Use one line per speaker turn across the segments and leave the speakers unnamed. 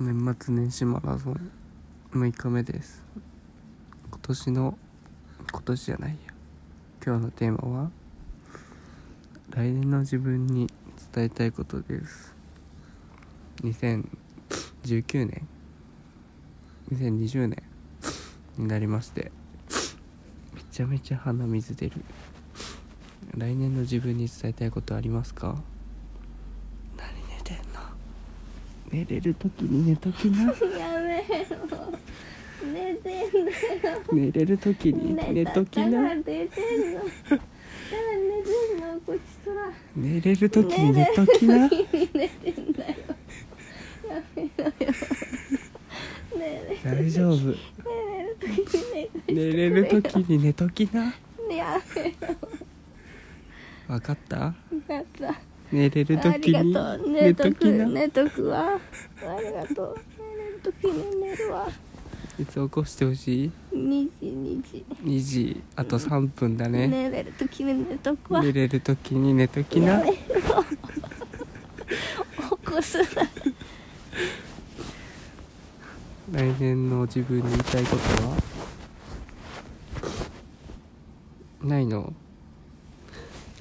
年末年始マラソン6日目です今年の今年じゃないや今日のテーマは来年の自分に伝えたいことです2019年2020年になりましてめちゃめちゃ鼻水出る来年の自分に伝えたいことありますか何寝てんの寝れる時に寝ときな
やめろ寝てんだ
寝れる時に寝ときな
寝てんのだから寝てんのこっちそら
寝れる時に寝ときな
寝てんだよやめろよ寝れ
大丈夫
寝れる時
寝
に
れる時に寝ときな
寝やめろ
分かった
やった
寝れる
あり
時に
がとう
寝
寝
と
と
き
く
な
寝とくわありがとう寝れる時に寝るわ
いつ起こしてほしい
2時2時
2時あと3分だね
寝れる時に寝とくわ
寝れる時に寝ときな
やめろ起こすな
来年の自分に言いたいことはないの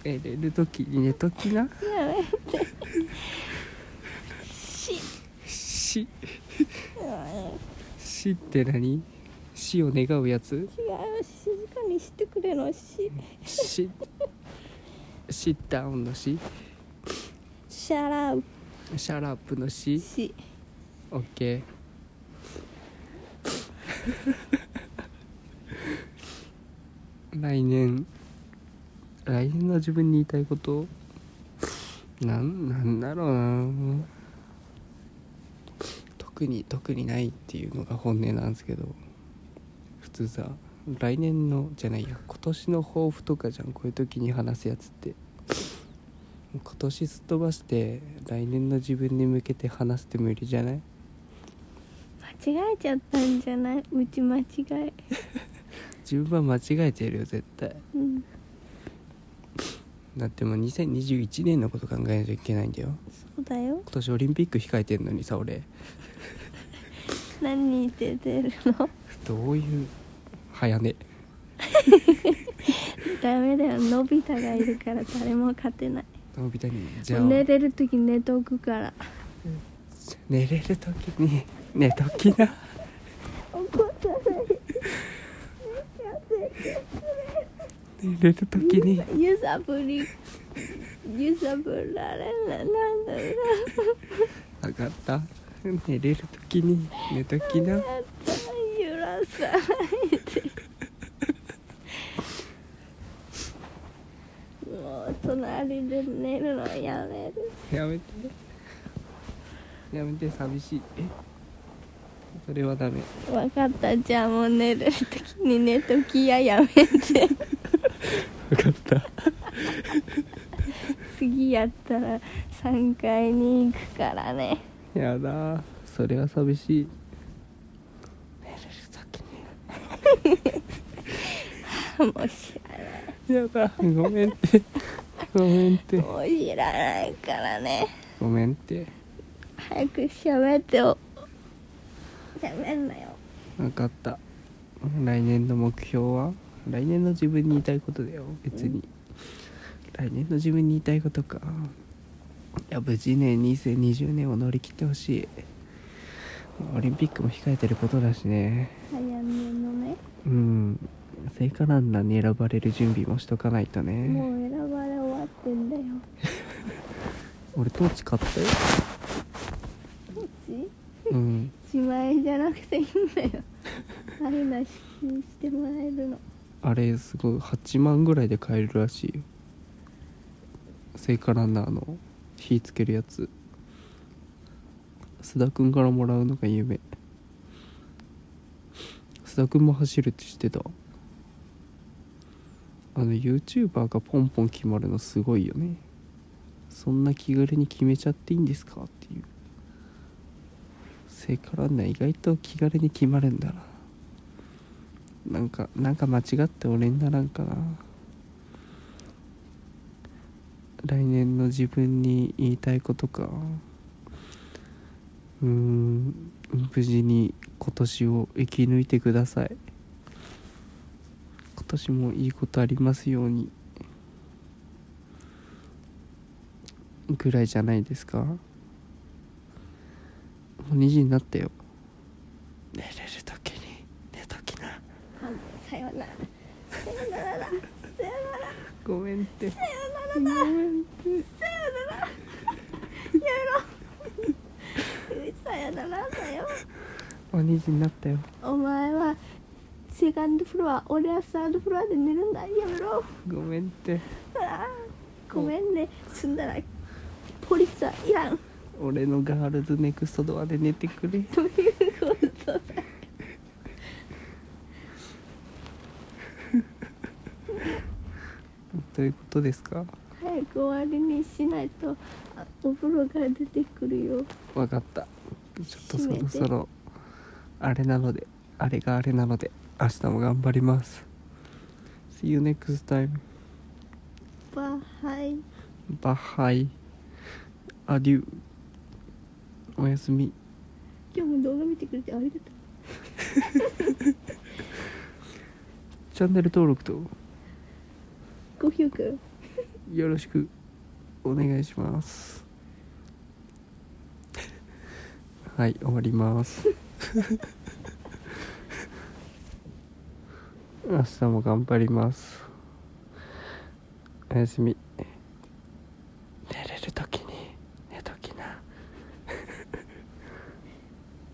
寝れる時に寝ときな
やめてし
し
うん違う
死って何死を願うやつ
静かにしてくれのし
死シッタウンの死
シャラウ
シャラップの死
し
オッケー来年来年の自分に言いたいことなんなんだろうな特に特にないっていうのが本音なんですけど普通さ来年のじゃないや今年の抱負とかじゃんこういう時に話すやつって今年すっ飛ばして来年の自分に向けて話すって無理じゃない
間違えちゃったんじゃないうち間違え
自分は間違えてるよ絶対
うん
だってもう2021年のこと考えなきゃいけないんだよ
そうだよ
今年オリンピック控えてんのにさ俺
何に出てるの
どういう早寝
ダメだよのび太がいるから誰も勝てない
のび太にじゃあ
もう寝れる時寝とくから
寝れる時に寝ときな
怒らない
寝れる時に
揺さぶり揺さぶられないなんだろう
上がった寝れる時に寝ときな
やった揺らさないでもう隣で寝るのやめる
やめてやめて寂しいえそれはダメ
分かったじゃあもう寝れる時に寝ときややめて
分かった
次やったら3階に行くからね
やだーそれは寂しい寝れる時に
もう知らない
やだごめんってごめんって
もう知らないからね
ごめんって
早く喋ってよ喋んなよ
分かった来年の目標は来年の自分に言いたいことだよ別に、来年の自分に言いたいことかいや無事ね2020年を乗り切ってほしいオリンピックも控えてることだしね
早めのね
うん聖火ランナーに選ばれる準備もしとかないと
もう
ね
選ばれ終わってんだよ
俺トーチ買ったよ
こっち
うん
自前じゃなくていいんだよあるな支給してもらえるの
あれすごい8万ぐらいで買えるらしいよ聖火ランナーの火つけるやつ須田くんからもらうのが夢須田くんも走るって知ってたあの YouTuber がポンポン決まるのすごいよねそんな気軽に決めちゃっていいんですかっていう聖火ランナー意外と気軽に決まるんだななんかなんか間違って俺にならんかな来年の自分に言いたいことかうーん無事に今年を生き抜いてください今年もいいことありますようにぐらいじゃないですかもう2時になったよ寝れる時に寝ときな
さよならさよならださよなら
ごめんって
さよならだ さよならやめろさよならだよ
もう2時になったよ
お前はセカンドフロア俺はサードフロアで寝るんだやめろ
ごめんって
あーごめんね済んだらポリスはいらん
俺のガールズネクストドアで寝てくれ
ということだ
どういうことですか
早く終わりにしないとあお風呂から出てくるよ
わかったちょっとそろそろあれなのであれがあれなので明日も頑張ります See you next time
バはい
バッハイアデューおやすみ
今日も動画見てくれてありがとう
チャンネル登録と
ご評価
よろしくお願いしますはい終わります 明日も頑張りますおやすみ